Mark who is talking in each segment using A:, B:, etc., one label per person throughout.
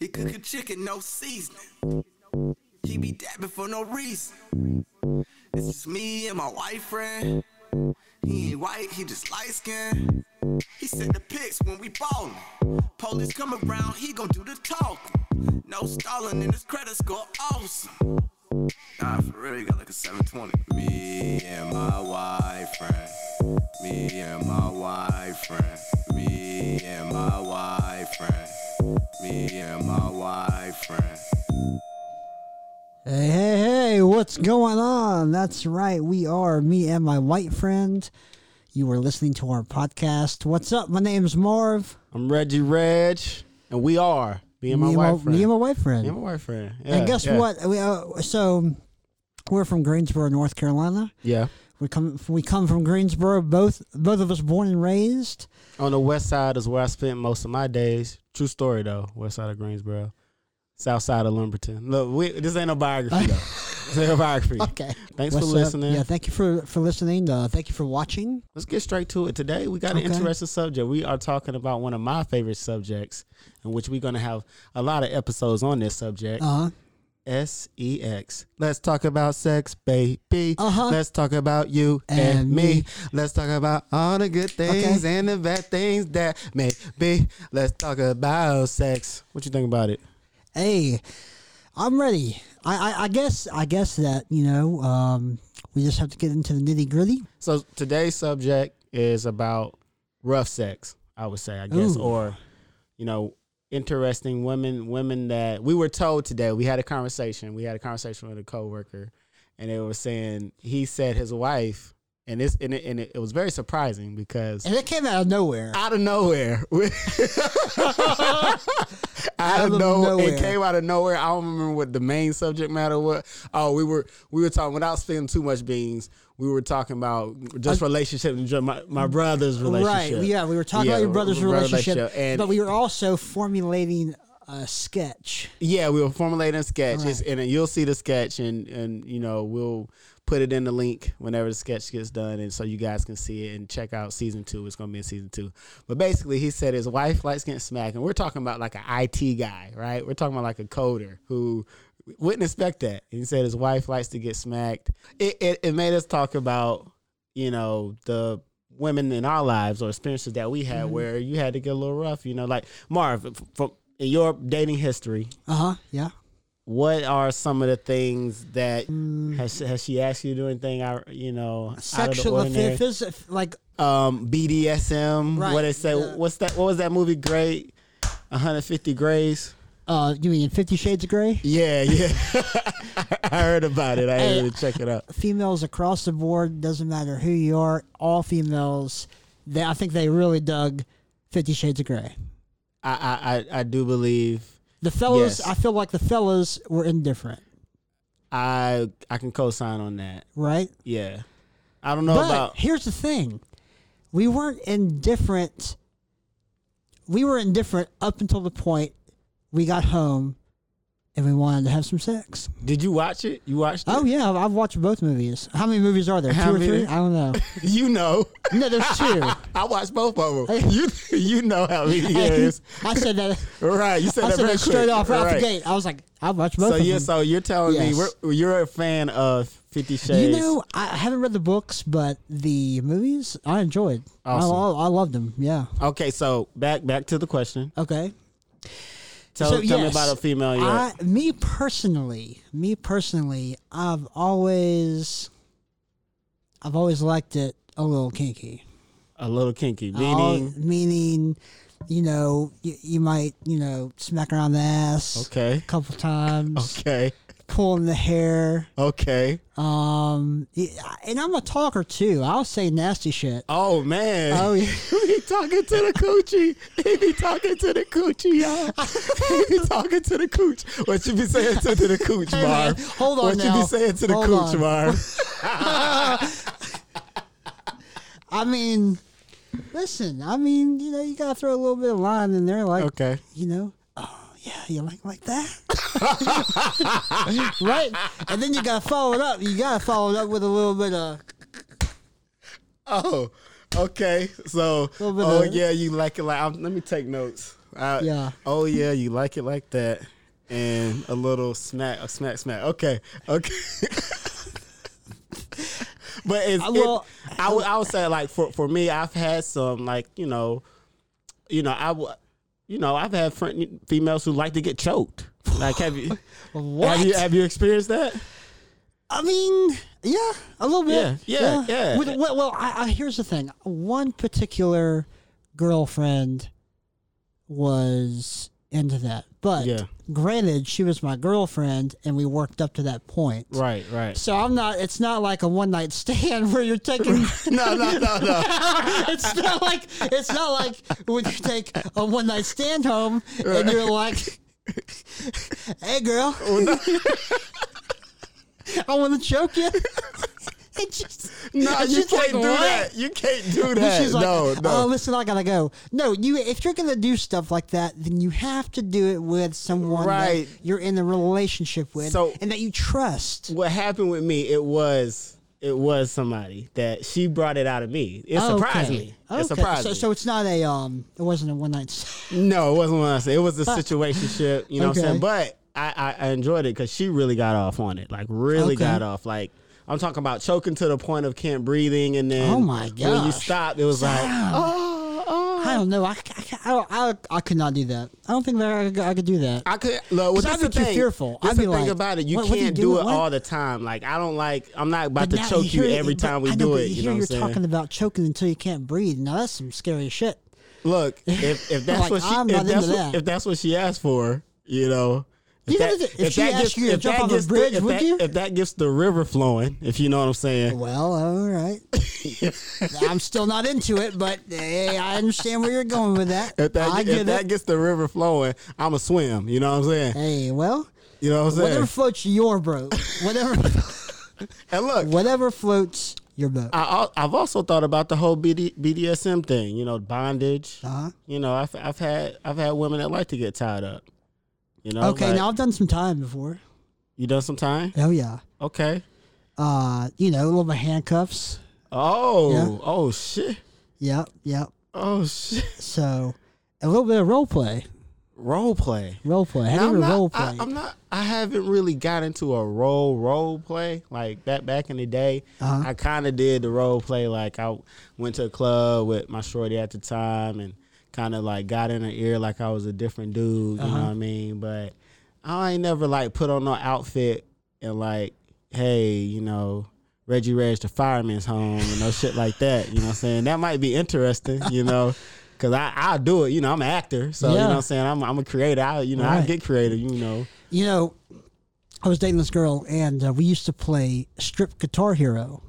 A: He cook a chicken, no seasoning. He be dabbing for no reason. It's just me and my white friend. He ain't white, he just light skinned. He sent the pics when we ballin'. Police come around, he gon' do the talking. No stalling, and his credit score awesome. Nah, for real, you got like a 720. Me and my wife friend. Me and my wife friend. Me and my wife friend. Me and my wife friend.
B: Hey, hey, hey, what's going on? That's right, we are me and my white friend. You are listening to our podcast. What's up? My name's Marv.
C: I'm Reggie Reg, and we are me and my
B: me,
C: wife
B: and my,
C: friend.
B: me and my white friend.
C: Me and my wife friend. Yeah,
B: and guess
C: yeah.
B: what? We, uh, so, we're from Greensboro, North Carolina.
C: Yeah,
B: We come we come from Greensboro, both both of us born and raised.
C: on the west side is where I spent most of my days. True story though, west side of Greensboro, south side of Lumberton. Look, we, this ain't no biography though. this ain't a biography.
B: Okay.
C: Thanks
B: What's
C: for
B: up?
C: listening.
B: Yeah, thank you for, for listening. Uh, thank you for watching.
C: Let's get straight to it. Today we got
B: Okay.
C: an interesting subject. We are talking about one of my favorite subjects, in which we're gonna have a lot of episodes on this subject.
B: Uh huh.
C: S E X. Let's talk about sex, baby.
B: Uh-huh.
C: Let's talk about you and,
B: And
C: me.
B: me.
C: Let's talk about all the good things and the bad things that may be. Let's talk about sex. What you think about it?
B: Hey, I'm ready. I, I, I guess I guess that you know um, we just have to get into the nitty gritty.
C: So today's subject is about rough sex, I would say, I guess,
B: Ooh.
C: or you know, interesting women, women that we were told today. We had a conversation. We had a conversation with a coworker, and they were saying he said his wife, and this, and it, and it, it was very surprising because
B: And it came out of nowhere.
C: out of nowhere. out of
B: of
C: nowhere.
B: nowhere.
C: It came out of nowhere. I don't remember what the main subject matter was. Oh, we were we were talking without spilling too much beans. We were talking about just relationships and just my, my brother's
B: Uh, Right.
C: relationship.
B: Yeah, we were talking
C: Yeah,
B: about your brother's
C: brother
B: relationship,
C: And
B: but we were also formulating a sketch.
C: yeah, we were formulating a sketch,
B: Right.
C: It's- and then you'll see the sketch, and and you know we'll put it in the link whenever the sketch gets done, and so you guys can see it and check out season two. It's gonna be in season two. But basically, he said his wife likes getting smacked, and we're talking about like an IT guy, right? We're talking about like a coder who wouldn't expect that. And he said his wife likes to get smacked. It it, it made us talk about you know the women in our lives or experiences that we had where you had to get a little rough. You know, like Marv f- from. In your dating history,
B: Uh huh. Yeah.
C: what are some of the things that
B: Mm.
C: has has she asked you to do anything out you know
B: Sexual
C: out of the ordinary?
B: affair, phys- like
C: um BDSM
B: Right,
C: what they say
B: yeah.
C: what's that what was that movie great 150 grays
B: uh, you mean Fifty Shades of Grey?
C: yeah yeah I heard about it I had to check it out
B: females across the board doesn't matter who you are all females they, i think they really dug 50 shades of gray
C: I I I, I do believe
B: the fellas
C: Yes.
B: i feel like the fellas were indifferent
C: I I can co-sign on that
B: right
C: yeah I don't know
B: but
C: about
B: here's the thing we weren't indifferent we were indifferent up until the point we got home and we wanted to have some sex.
C: did you watch it you watched it
B: Oh yeah, I've- I've watched both movies. How many movies are there?
C: How
B: Two or
C: many?
B: three? I don't know.
C: you know
B: No, there's two.
C: I watched both of them you you know how many it is
B: I said that.
C: Right, you said
B: I
C: that
B: said
C: very
B: that straight
C: quick.
B: off right off the
C: Right.
B: gate. I was like, I'll watch both
C: So
B: of
C: yeah,
B: them.
C: so you're telling me
B: Yes.
C: we're, you're a fan of Fifty
B: you
C: Shades?
B: know, I I haven't read the books, but the movies I enjoyed.
C: Awesome.
B: I, I, I loved them. Yeah.
C: okay, so back back to the question.
B: Okay.
C: Tell,
B: So,
C: tell me
B: yes,
C: about a female. you
B: I, me personally, me personally, I've always, I've always liked it a little kinky.
C: a little kinky,
B: I al-
C: meaning
B: meaning, you know, you, you might, you know, smack around the ass
C: okay,
B: a couple times,
C: okay,
B: pulling the hair.
C: okay.
B: Um, yeah, and I'm a talker too. I'll say nasty shit.
C: Oh man,
B: Oh, yeah.
C: he talking to the coochie. He be talking to the coochie, y'all. He be talking to the cooch. What you be saying to the cooch,
B: Hey, man,
C: Marv?
B: hold on
C: What you
B: now.
C: be saying to the
B: Hold
C: cooch,
B: on.
C: Marv?
B: I mean, listen. I mean, you know, you gotta throw a little bit of line in there, like
C: Okay.
B: you know, oh yeah, you like like that, right? And then you gotta follow it up. You gotta follow it up with a little bit of
C: Oh, okay. So,
B: Little bit
C: oh
B: of-
C: yeah, you like it. Like, I'm, let me take notes. Uh,
B: Yeah.
C: Oh yeah, you like it like that, and a little smack, a smack, smack. Okay, okay. but it's,
B: I
C: it-
B: will-
C: I would I would say like for for me, I've had some like you know, you know I would. You know, I've had friend, females who like to get choked. Like, have you
B: What?
C: have you have you experienced that?
B: I mean, yeah, a little bit.
C: Yeah, yeah, yeah.
B: With- well, well I, I, here's the thing. One particular girlfriend was into that, but
C: Yeah.
B: granted, she was my girlfriend, and we worked up to that point.
C: Right, right.
B: So I'm not. It's not like a one night stand where you're taking.
C: No, no, no, no.
B: it's not like it's not like when you take a one night stand home and you're like, "Hey, girl,
C: Oh,
B: I want to choke you." It just,
C: No,
B: it's
C: you
B: just like,
C: can't do
B: what?
C: that. You can't do
B: And
C: that.
B: she's like,
C: no,
B: "Oh,
C: no.
B: listen, I gotta go." No, you. If you're gonna do stuff like that, then you have to do it with someone
C: Right.
B: that you're in a relationship with,
C: So-
B: and that you trust.
C: what happened with me? It was it was somebody that she brought it out of me. It surprised
B: Okay.
C: me.
B: Okay.
C: It surprised
B: so,
C: me.
B: so it's not a um. It wasn't a one night. stand.
C: no, it wasn't what I said. It was a situationship. You know what I'm
B: Okay.
C: saying? But I, I, I enjoyed it because she really got off on it. Like really
B: Okay.
C: got off. Like I'm talking about choking to the point of can't breathing, and then
B: Oh my
C: when you
B: gosh.
C: stopped, it was like
B: I don't know. I, I, I, I, I could not do that. I don't think that I could, I could do that.
C: I could look. Well,
B: I'd
C: that's
B: be
C: the
B: too
C: thing.
B: fearful.
C: That's
B: I'd
C: the
B: be
C: thing
B: like,
C: about it. You
B: "What- what
C: can't
B: you
C: do
B: doing?
C: it
B: What?"
C: all the time. Like I don't like. I'm not about
B: now
C: to choke you
B: hear-
C: every
B: but
C: time we
B: I know,
C: do
B: but
C: it.
B: Here
C: You know what I'm
B: you're
C: saying?
B: talking about choking until you can't breathe. Now that's some scary shit.
C: Look, if, if that's
B: Like,
C: what she
B: I'm
C: if
B: not
C: that's
B: into
C: what,
B: that.
C: if that's what she asked for, you know.
B: You know, if she
C: that
B: asked
C: gets-
B: you to
C: if
B: jump
C: that
B: off a
C: gets the-
B: bridge,
C: if
B: would
C: that-
B: you?
C: If that gets the river flowing, if you know what I'm saying,
B: Well, all right. I'm still not into it, but hey, I understand where you're going with that.
C: if that
B: I
C: if
B: get it.
C: that gets the river flowing, I'm a swim. You know what I'm saying?
B: hey, well,
C: You know what I'm saying?
B: whatever floats your boat, whatever,
C: and look,
B: whatever floats your boat.
C: I, al- I've also thought about the whole BD, BDSM thing. You know, bondage.
B: Uh-huh.
C: You know, I've, I've had I've had women that like to get tied up. You know.
B: okay,
C: like,
B: now I've done some time before.
C: you done some time.
B: Oh yeah.
C: Okay.
B: Uh, you know, a little bit of handcuffs.
C: Oh.
B: Yeah.
C: Oh shit.
B: Yep, yep.
C: Oh shit.
B: So a little bit of role play.
C: Role play.
B: Role play. How
C: Now,
B: do you
C: I'm
B: role
C: not,
B: play?
C: I, am not. I haven't really got into a role role play like that back in the day.
B: Uh-huh.
C: I kind of did the role play like I went to a club with my shorty at the time and kind of like got in her ear like I was a different dude.
B: Uh-huh.
C: You know what I mean? But I ain't never like put on no outfit and like, hey, you know. Reggie Reg the fireman's home and no shit like that. You know what I'm saying? That might be interesting, you know, because I I'll do it. You know, I'm an actor, so you know
B: Yeah.
C: what I'm saying? I'm, I'm a creator. I, you know, I
B: Right.
C: get creative, you know.
B: you know, I was dating this girl, and uh, we used to play strip Guitar Hero.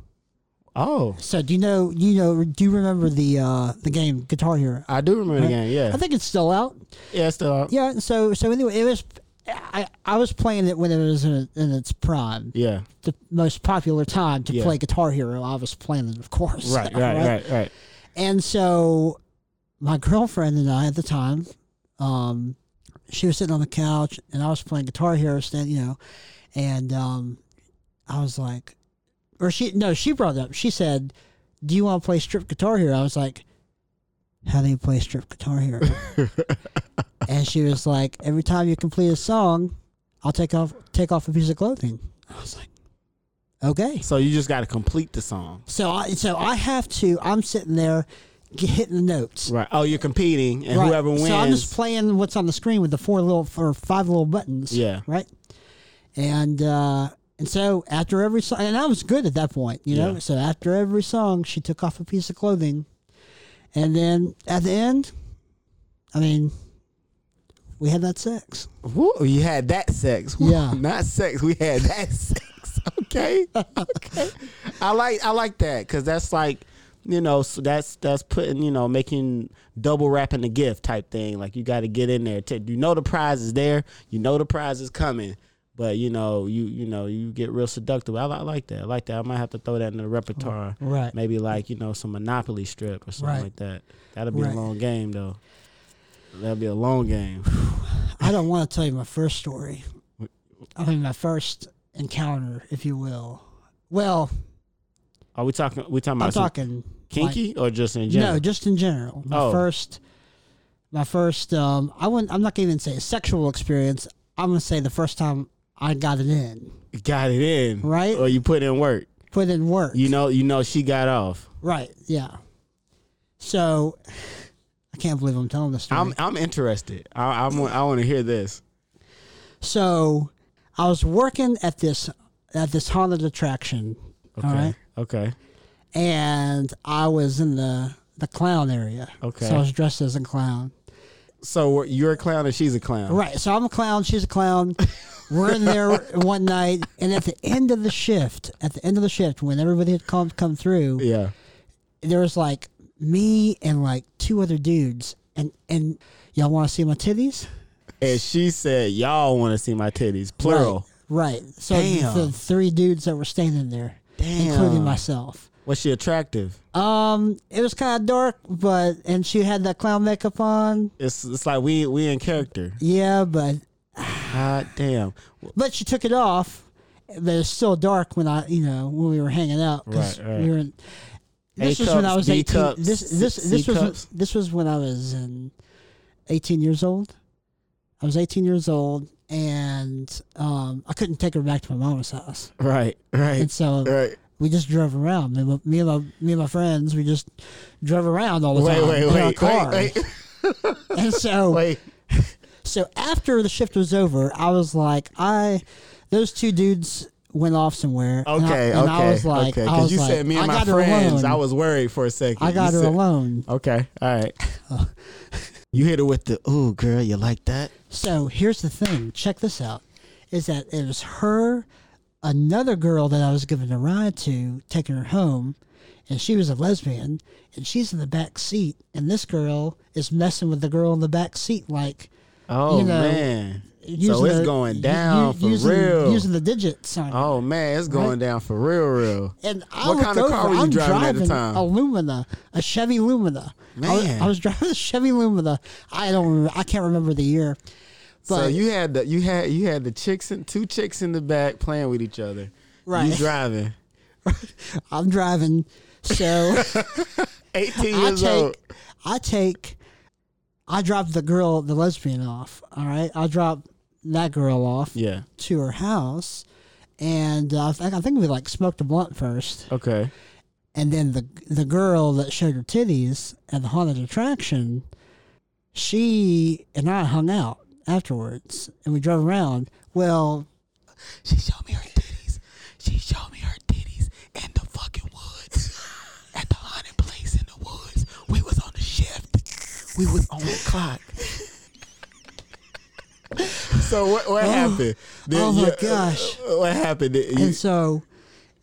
C: Oh,
B: So do you know? You know? Do you remember the uh, the game Guitar Hero?
C: I do remember the game. Yeah,
B: I think it's still out.
C: yeah, it's still out. Yeah.
B: Yeah. So so anyway, it was. I I was playing it when it was in, in its prime, the most popular time to
C: Yeah.
B: play Guitar Hero. I was playing it, of course.
C: Right, right, right, right.
B: And so my girlfriend and I at the time, um, she was sitting on the couch and I was playing Guitar Hero, stand, you know, and um, I was like, or she, no, she brought it up. She said, Do you want to play strip Guitar Hero? I was like, How do you play strip Guitar Hero? and she was like, Every time you complete a song, I'll take off take off a piece of clothing. I was like, Okay.
C: So you just got to complete the song,
B: So I so I have to. I'm sitting there, g hitting the notes.
C: right? Oh, you're competing, and
B: Right.
C: whoever wins.
B: So I'm just playing what's on the screen with the four little or five little buttons.
C: Yeah.
B: Right. And uh, and so after every song, and I was good at that point, you know.
C: Yeah.
B: So after every song, she took off a piece of clothing, and then at the end, I mean, we had that sex.
C: Woo, you had that sex. Woo,
B: Yeah.
C: not sex. We had that sex. Okay, okay. I like I like that because that's like you know so that's that's putting you know making double wrapping the gift type thing. Like you got to get in there. T- you know the prize is there. You know the prize is coming. But you know you you know you get real seductive. I, li- I like that. I like that. I might have to throw that in the repertoire.
B: Right.
C: Maybe like you know some Monopoly strip or something
B: Right.
C: like that. That'll be
B: Right.
C: a long game though. That'll be a long game.
B: I don't want to tell you my first story. I mean, my first encounter, if you will. Well,
C: Are we talking? We talking about
B: I'm
C: some
B: talking like-
C: kinky or just in general?
B: No, just in general. My
C: Oh.
B: first, my first um I wouldn't I'm not gonna even say a sexual experience. I'm gonna say the first time I got it in.
C: You Got it in.
B: Right.
C: Or you put in work.
B: Put in work.
C: You know, you know she got off.
B: Right, yeah. So I can't believe I'm telling this story.
C: I'm I'm interested. I I'm, I want to hear this.
B: so I was working at this at this haunted attraction.
C: Okay.
B: All right.
C: Okay.
B: And I was in the the clown area.
C: Okay.
B: So I was dressed as a clown.
C: So we're- you're a clown and she's a clown.
B: Right. So I'm a clown. She's a clown. We're in there one night, and at the end of the shift, at the end of the shift, when everybody had come come through,
C: Yeah.
B: there was like me and like two other dudes, and and y'all want to see my titties?
C: And she said, "Y'all want to see my titties?" Plural.
B: Right. right. So
C: Damn.
B: the three dudes that were standing there,
C: Damn.
B: including myself.
C: Was she attractive?
B: Um, it was kind of dark, but and she had that clown makeup on.
C: It's it's like we we in character.
B: Yeah, but
C: Hot damn.
B: but she took it off. But it's still dark when I, you know, when we were hanging out. 'cause
C: Right, right.
B: We were in, this
C: A
B: was when I
C: cups,
B: was
C: B
B: eighteen.
C: cups,
B: this this
C: C
B: this was
C: cups.
B: this was when I was in eighteen years old. I was eighteen years old, and um, I couldn't take her back to my mama's house,
C: Right.
B: and
C: Right.
B: so
C: Right.
B: we just drove around. Me, and my- me and my me and my friends, we just drove around all the
C: Wait.
B: time
C: Wait.
B: in our
C: Wait.
B: car.
C: Wait. Wait.
B: And so
C: Wait.
B: so after the shift was over, I was like, I those two dudes went off somewhere. and I-
C: Okay.
B: and I,
C: okay.
B: was like,
C: okay.
B: I was
C: you
B: like,
C: said me and
B: I
C: my
B: got her
C: friends.
B: alone.
C: I was worried for a second.
B: I
C: You
B: got her
C: said-
B: alone.
C: Okay. All right. You hit her with the "Ooh, girl, you like that?"
B: So here's the thing. Check this out. Is that it was her, another girl that I was giving a ride to, taking her home, and she was a lesbian, and she's in the back seat, and this girl is messing with the girl in the back seat, like
C: Oh
B: You know,
C: man.
B: using
C: so it's
B: the-
C: going
B: u-
C: down
B: u-
C: for
B: using,
C: real.
B: using the digits on. her.
C: oh man, it's going down for real, real.
B: And I
C: What
B: looked
C: kind of car
B: over,
C: were you
B: I'm
C: driving at the time?
B: A Lumina, a Chevy Lumina. I was,
C: Man.
B: I was driving a Chevy Lumina. I don't. Remember, I can't remember the year. But
C: so you had the you had you had the chicks and two chicks in the back playing with each other. You
B: Right.
C: driving.
B: I'm driving. So
C: 18
B: I
C: years old.
B: take. I take. I drop the girl, the lesbian, off. All right. I drop that girl off
C: Yeah.
B: to her house, and uh, I think I think we like smoked a blunt first.
C: Okay.
B: and then the the girl that showed her titties at the haunted attraction, she and I hung out afterwards, and we drove around. Well,
C: She showed me her titties. She showed me her titties in the fucking woods. At the haunted place in the woods. We was on the shift. We was on the clock. So what what happened? Did
B: oh my
C: you-
B: gosh.
C: What happened? Did you,
B: and so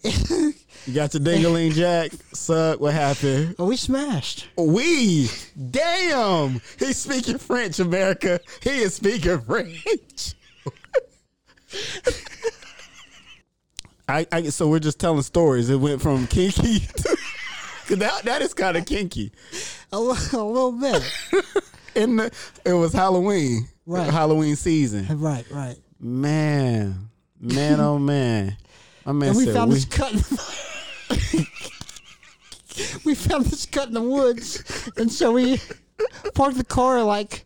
C: you got your dingling jack? Suck. What happened?
B: well, we smashed.
C: We damn. He's speaking French, America. He is speaking French. I, I so we're just telling stories. It went from kinky to 'cause that that is kind of kinky.
B: A, li- a little bit,
C: In the it was Halloween,
B: Right.
C: Halloween season.
B: right, right.
C: Man, man, oh man, my man
B: And we
C: said
B: found
C: we-
B: this cut. In, we found this cut in the woods, and so we parked the car like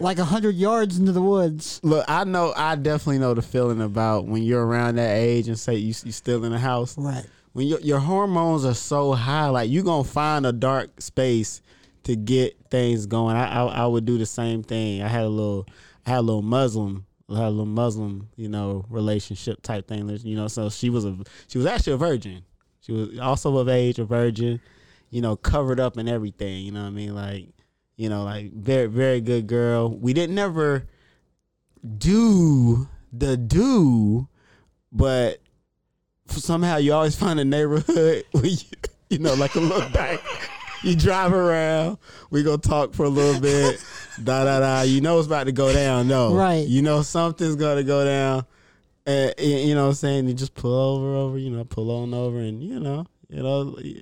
B: like a hundred yards into the woods.
C: Look, I know, I definitely know the feeling about when you're around that age and say you you still in the house.
B: Right.
C: when your, your hormones are so high, like you gonna find a dark space to get things going. I, I I would do the same thing. I had a little, I had a little Muslim, I had a little Muslim, you know, relationship type thing. You know, so she was a she was actually a virgin. She was also of age, a virgin. You know, covered up and everything. You know what I mean? Like, you know, like very very good girl. We didn't never do the do, but somehow you always find a neighborhood where you, you know, like a little back. You drive around. We go talk for a little bit. Da da da. You know it's about to go down, though.
B: Right.
C: You know something's gonna go down. And, y- you know what I'm saying? You just pull over, over. You know, pull on over, and you know, you know, y-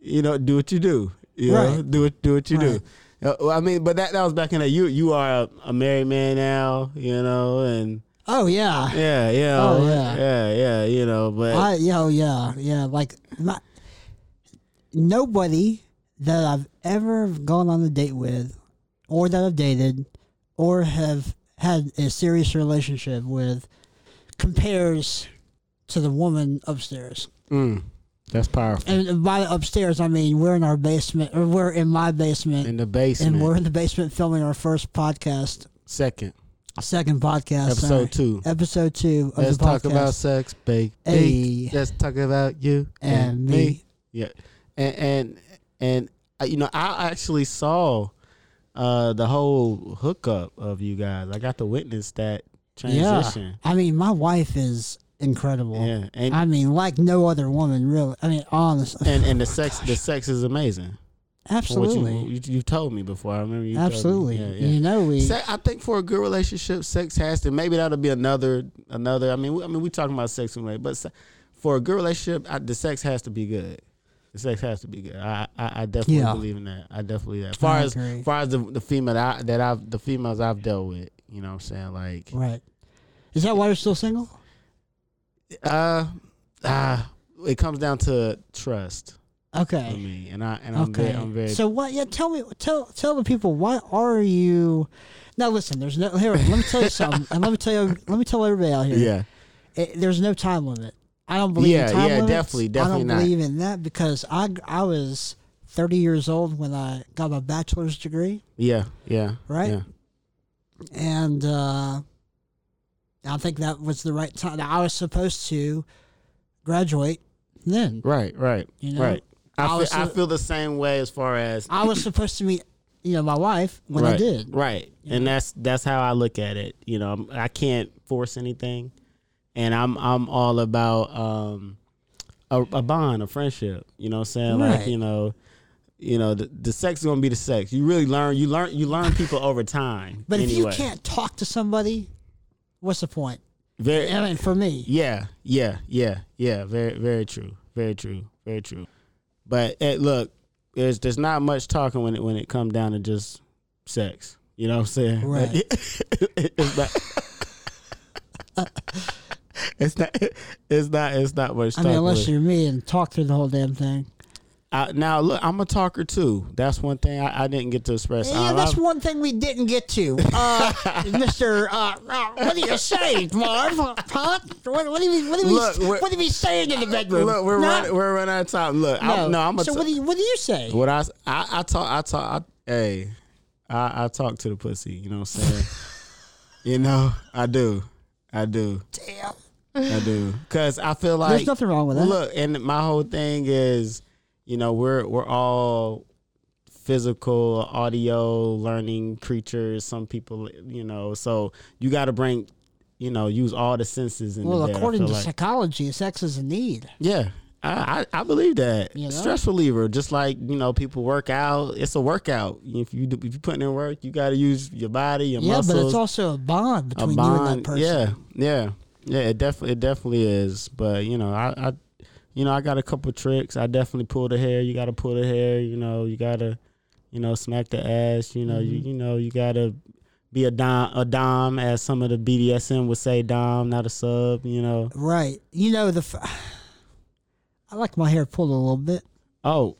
C: you know, do what you do. You know,
B: Right.
C: do what do what you
B: Right.
C: do. Uh, well, I mean, but that that was back in the you you are a, a married man now, you know, and
B: Oh yeah.
C: yeah, yeah,
B: Oh, yeah.
C: yeah, yeah, you know, but
B: I, yo, yeah, yeah. Like, my, nobody that I've ever gone on a date with, or that have dated or have had a serious relationship with compares to the woman upstairs.
C: Mm, that's powerful.
B: And by upstairs, I mean we're in our basement, or we're in my basement,
C: In the
B: and
C: basement,
B: we're in the basement filming our first podcast,
C: second
B: second podcast, sorry.
C: episode two.
B: episode two of
C: Let's
B: the podcast.
C: talk about sex, baby.
B: Hey.
C: Let's talk about you
B: And me.
C: Yeah, and and and uh, you know, I actually saw uh, the whole hookup of you guys. I got to witness that transition.
B: Yeah, I mean, my wife is incredible.
C: Yeah, and
B: I mean, like no other woman, really. I mean, honestly,
C: and and the sex the sex is amazing. From what you-
B: Oh absolutely,
C: you, you told me before. I remember you told me.
B: absolutely.
C: Yeah, yeah.
B: You know, we
C: Se- I think for a good relationship, sex has to. Maybe that'll be another another. I mean, we, I mean, we talking about sex anyway, but se- for a good relationship, I, the sex has to be good. The sex has to be good. I I, I definitely
B: Yeah.
C: believe in that. I definitely that. Far
B: I
C: as
B: agree.
C: far as the, the female that, I, that I've the females I've dealt with, you know, what I'm saying like,
B: right. Is that why you're still single?
C: uh, uh it comes down to trust for
B: Okay.
C: me, and I and I'm
B: Okay.
C: very I'm very
B: so what? Yeah, tell me, tell tell the people why are you? Now listen, there's no here. Let me tell you something, and let me tell you, let me tell everybody out here.
C: yeah.
B: it, there's no time limit. I don't believe
C: Yeah,
B: in time
C: yeah,
B: limits.
C: definitely, definitely
B: I don't
C: not.
B: believe in that because I I was 30 years old when I got my bachelor's degree,
C: Yeah, yeah,
B: Right?
C: Yeah.
B: and uh, I think that was the right time. I was supposed to graduate then.
C: Right, right,
B: You know?
C: right. I
B: I
C: feel,
B: was
C: I
B: so-
C: feel the same way as far as
B: I was supposed to meet you know my wife when
C: right,
B: I did.
C: Right, and that's that's how I look at it. You know, I'm, I can't force anything, and I'm I'm all about um a, a bond, a friendship. You know, what I'm saying like
B: Right.
C: you know. You know the, the sex is gonna be the sex. You really learn. You learn. You learn people over time.
B: But if you
C: anyway.
B: can't talk to somebody, what's the point?
C: very,
B: I mean, for me,
C: Yeah, yeah, yeah, yeah. Very, very true. Very true. Very true. But eh, look, there's there's not much talking when it when it come down to just sex. You know what I'm saying?
B: Right.
C: it's not. It's not. It's not. It's not much.
B: I mean,
C: talking
B: unless
C: with-
B: you're me and talk through the whole damn thing.
C: I, now look, I'm a talker too. That's one thing I, I didn't get to express.
B: Yeah,
C: I-
B: that's
C: I've-
B: one thing we didn't get to, uh, Mister. Uh, uh, what do you say, Marv? Huh? What, what do you what do we
C: Look, we're-
B: what do we saying in the bedroom?
C: Look, we're
B: No,
C: running. We're running out of time. Look,
B: no.
C: I'm, no, I'm a.
B: so
C: t-
B: what do you what do you say?
C: What I, I I talk I talk I, hey, I I talk to the pussy. You know what I'm saying? you know I do, I do,
B: Damn.
C: I do. Cause I feel like
B: There's nothing wrong with that.
C: Look, and my whole thing is, you know, we're we're all physical, audio learning creatures. Some people, you know, so you got to bring, you know, use all the senses. In
B: well,
C: the bed, I
B: according
C: feel
B: to
C: like.
B: psychology, sex is a need.
C: Yeah. I, I, I believe that
B: You know?
C: stress reliever, just like you know, people work out. It's a workout. If you do, if you putting in work, you got to use your body, your
B: yeah,
C: muscles,
B: but it's also a bond
C: a
B: between you and that
C: bond.
B: person.
C: yeah, yeah, yeah. It definitely it definitely is. But you know, I, I you know I got a couple tricks. I definitely pull the hair. You got to pull the hair. You know, you got to you know smack the ass. You know,
B: Mm-hmm.
C: you you know you got to be a dom a dom as some of the BDSM would say dom, not a sub. You know.
B: Right. You know the. F- I like my hair pulled a little bit.
C: Oh.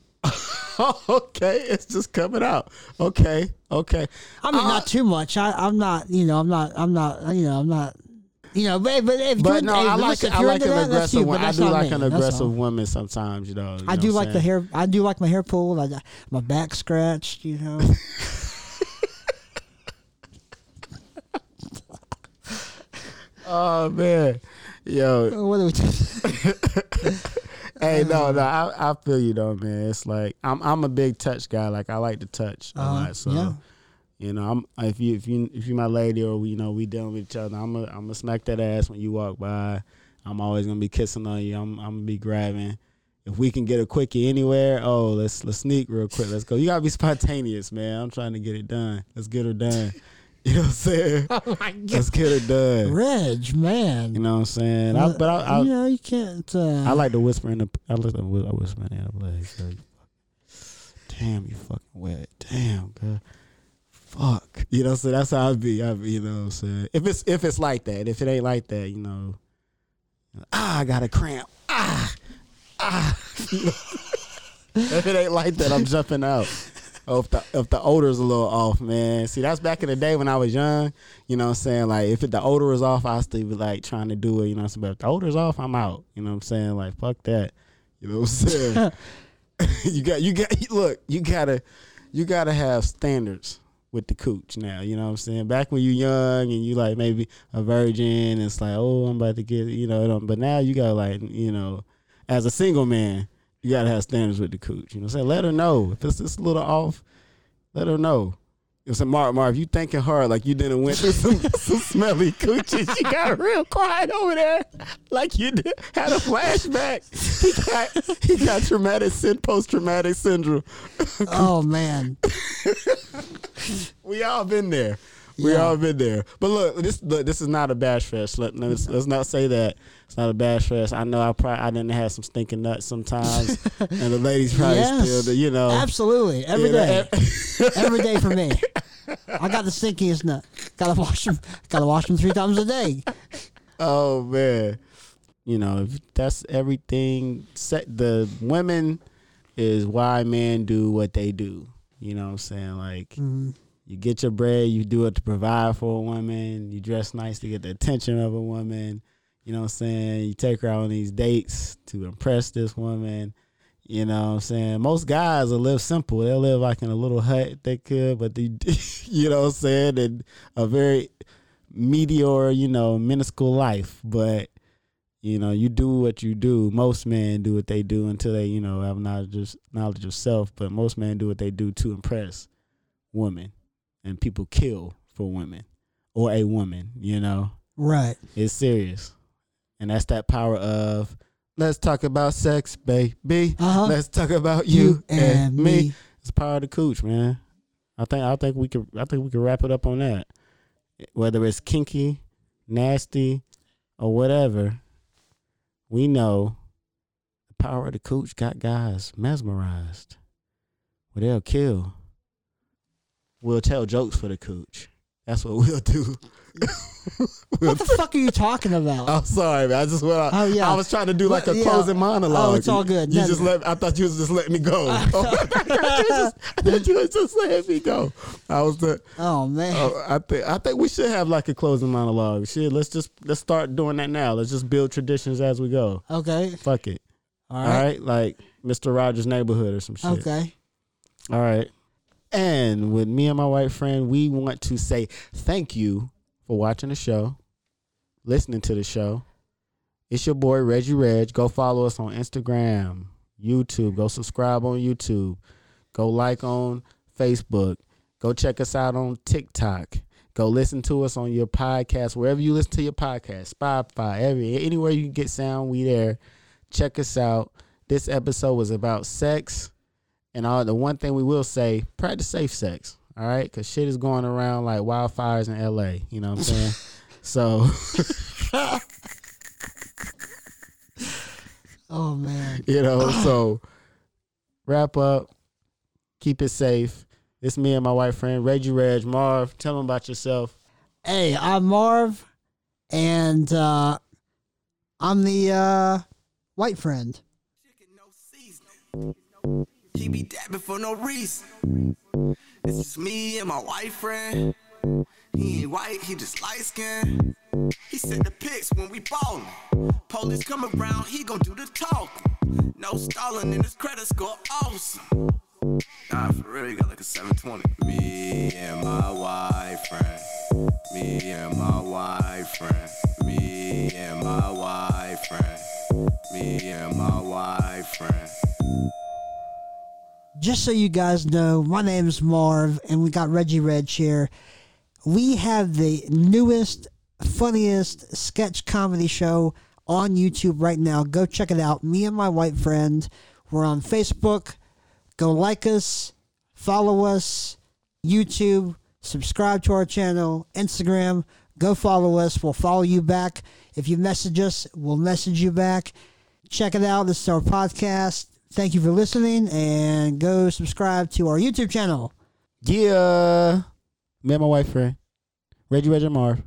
C: okay. It's just coming out. Okay. Okay.
B: I mean,
C: Uh,
B: not too much. I, I'm not, you know, I'm not, I'm not, you know, I'm not, you know, but but if
C: But
B: you,
C: no,
B: hey,
C: I like
B: listen, if
C: I
B: you're
C: like
B: into
C: an
B: that, that's you,
C: aggressive
B: but
C: one. I
B: that's
C: do
B: not
C: like
B: me.
C: an
B: That's all.
C: aggressive woman sometimes, you know. you know
B: I do
C: what I'm
B: like the
C: saying?
B: hair. I do like my hair pulled. I, my back scratched. You know.
C: Oh man. Yo.
B: Oh, what are we?
C: Hey, no, no. I, I feel you though, man. It's like I'm I'm a big touch guy. Like I like to touch a lot. So
B: yeah.
C: You know, I'm if you if you if you my lady or we you know we dealing with each other, I'm a, I'm gonna smack that ass when you walk by. I'm always gonna be kissing on you. I'm I'm gonna be grabbing. If we can get a quickie anywhere, oh let's let's sneak real quick. Let's go. You gotta be spontaneous, man. I'm trying to get it done. Let's get her done. You know what I'm saying?
B: oh my God,
C: Let's get her done.
B: Reg,
C: You
B: man.
C: know what I'm saying? I, but I, I
B: you know, you can't. Uh,
C: I like to whisper in the. I like to whi- I whisper in the legs. Like, Damn, you fucking wet. Damn, girl. Fuck. You know, so that's how I be. I be, you know, what I'm saying if it's if it's like that, if it ain't like that, you know, ah, I got a cramp. Ah, ah. if it ain't like that, I'm jumping out. or if the if the odor's a little off, man. See, that's back in the day when I was young. You know what I'm saying? Like if it, the odor is off, I still be like trying to do it, you know what I'm saying? But if the odor's off, I'm out. You know what I'm saying? Like fuck that. You know what I'm saying? you got you got look, you gotta you gotta have standards with the cooch now. You know what I'm saying? Back when you young and you like maybe a virgin, it's like, oh, I'm about to get, you know. it don't- But now you got like, you know, as a single man, you gotta have standards with the cooch. You know, what I'm saying let her know if it's just a little off. Let her know. It's a Mark, Mark. If you thinking hard like you didn't went through some, some smelly coochie, she got real quiet over there, like you did, had a flashback. He got he got traumatic, post traumatic syndrome.
B: Oh man,
C: We all been there. We
B: Yeah.
C: all been there. But look, this look, this is not a bash fest. Let, let's, let's not say that. It's not a bash fest. I know I probably I didn't have some stinking nuts sometimes, and the ladies probably
B: yes,
C: still, you know,
B: absolutely every
C: you know,
B: day,
C: ev-
B: every day for me. I got the stinkiest nut. Gotta wash them. Gotta wash them three times a day.
C: oh man, you know if that's everything. Set the women is why men do what they do. You know what I'm saying? Like you get your bread, you do it to provide for a woman, you dress nice to get the attention of a woman. You know what I'm saying? You take her out on these dates to impress this woman. You know what I'm saying? Most guys will live simple. They'll live like in a little hut if they could, but they, you know what I'm saying? And a very meteor, you know, minuscule life. But, you know, you do what you do. Most men do what they do until they, you know, have knowledge of, knowledge of self. But most men do what they do to impress women. And people kill for women or a woman, you know?
B: Right.
C: It's serious. And that's that power of let's talk about sex, baby.
B: Uh-huh.
C: Let's talk about you, and me. It's the power of the cooch, man. I think I think we could I think we could wrap it up on that. Whether it's kinky, nasty, or whatever, we know the power of the cooch got guys mesmerized. Well, they'll kill. We'll tell jokes for the cooch. That's what we'll do. We'll
B: What the fuck are you talking about?
C: I'm sorry, man. I just went.
B: Oh, yeah.
C: I was trying to do like a
B: Well, yeah.
C: closing monologue.
B: Oh, it's all good.
C: You
B: No,
C: just
B: no.
C: let. I thought you was just letting me go. I thought you was just- I thought you was just letting me go. I was the.
B: oh man.
C: Oh, I think I think we should have like a closing monologue. Shit, let's just let's start doing that now. Let's just build traditions as we go.
B: okay.
C: Fuck it.
B: All
C: All
B: right.
C: right, like Mr. Rogers' neighborhood or some shit.
B: Okay.
C: All right. And with me and my white friend, we want to say thank you for watching the show, listening to the show. It's your boy Reggie Reg. Go follow us on Instagram, YouTube. Go subscribe on YouTube. Go like on Facebook. Go check us out on TikTok. Go listen to us on your podcast, wherever you listen to your podcast, Spotify, every anywhere you can get sound, we there. Check us out. This episode was about sex. And all the one thing we will say, practice safe sex. All right, because shit is going around like wildfires in LA. You know what I'm saying? so
B: Oh man.
C: you know, so wrap up. Keep it safe. It's me and my white friend Reggie Reg Marv. Tell them about yourself.
B: Hey, I'm Marv, and uh, I'm the uh, white friend.
A: Chicken, no seasoning. She be dabbing for no reason. It's just me and my white friend. He ain't white, he just light skinned. He sent the pics when we ballin'. Police come around, he gon' do the talking. No stalling and his credit score awesome. Nah, for real, you got like a 720. Me and my wife friend. Me and my wife friend. Me and my wife friend. Me and my wife friend.
B: Just so you guys know, my name is Marv, and we got Reggie Reg here. We have the newest, funniest sketch comedy show on YouTube right now. Go check it out. Me and my white friend. We're on Facebook. Go like us, follow us, YouTube, subscribe to our channel, Instagram. Go follow us. We'll follow you back. If you message us, we'll message you back. Check it out. This is our podcast. Thank you for listening and go subscribe to our YouTube channel.
C: Yeah. Me and my white friend. Reggie Reg and Marv.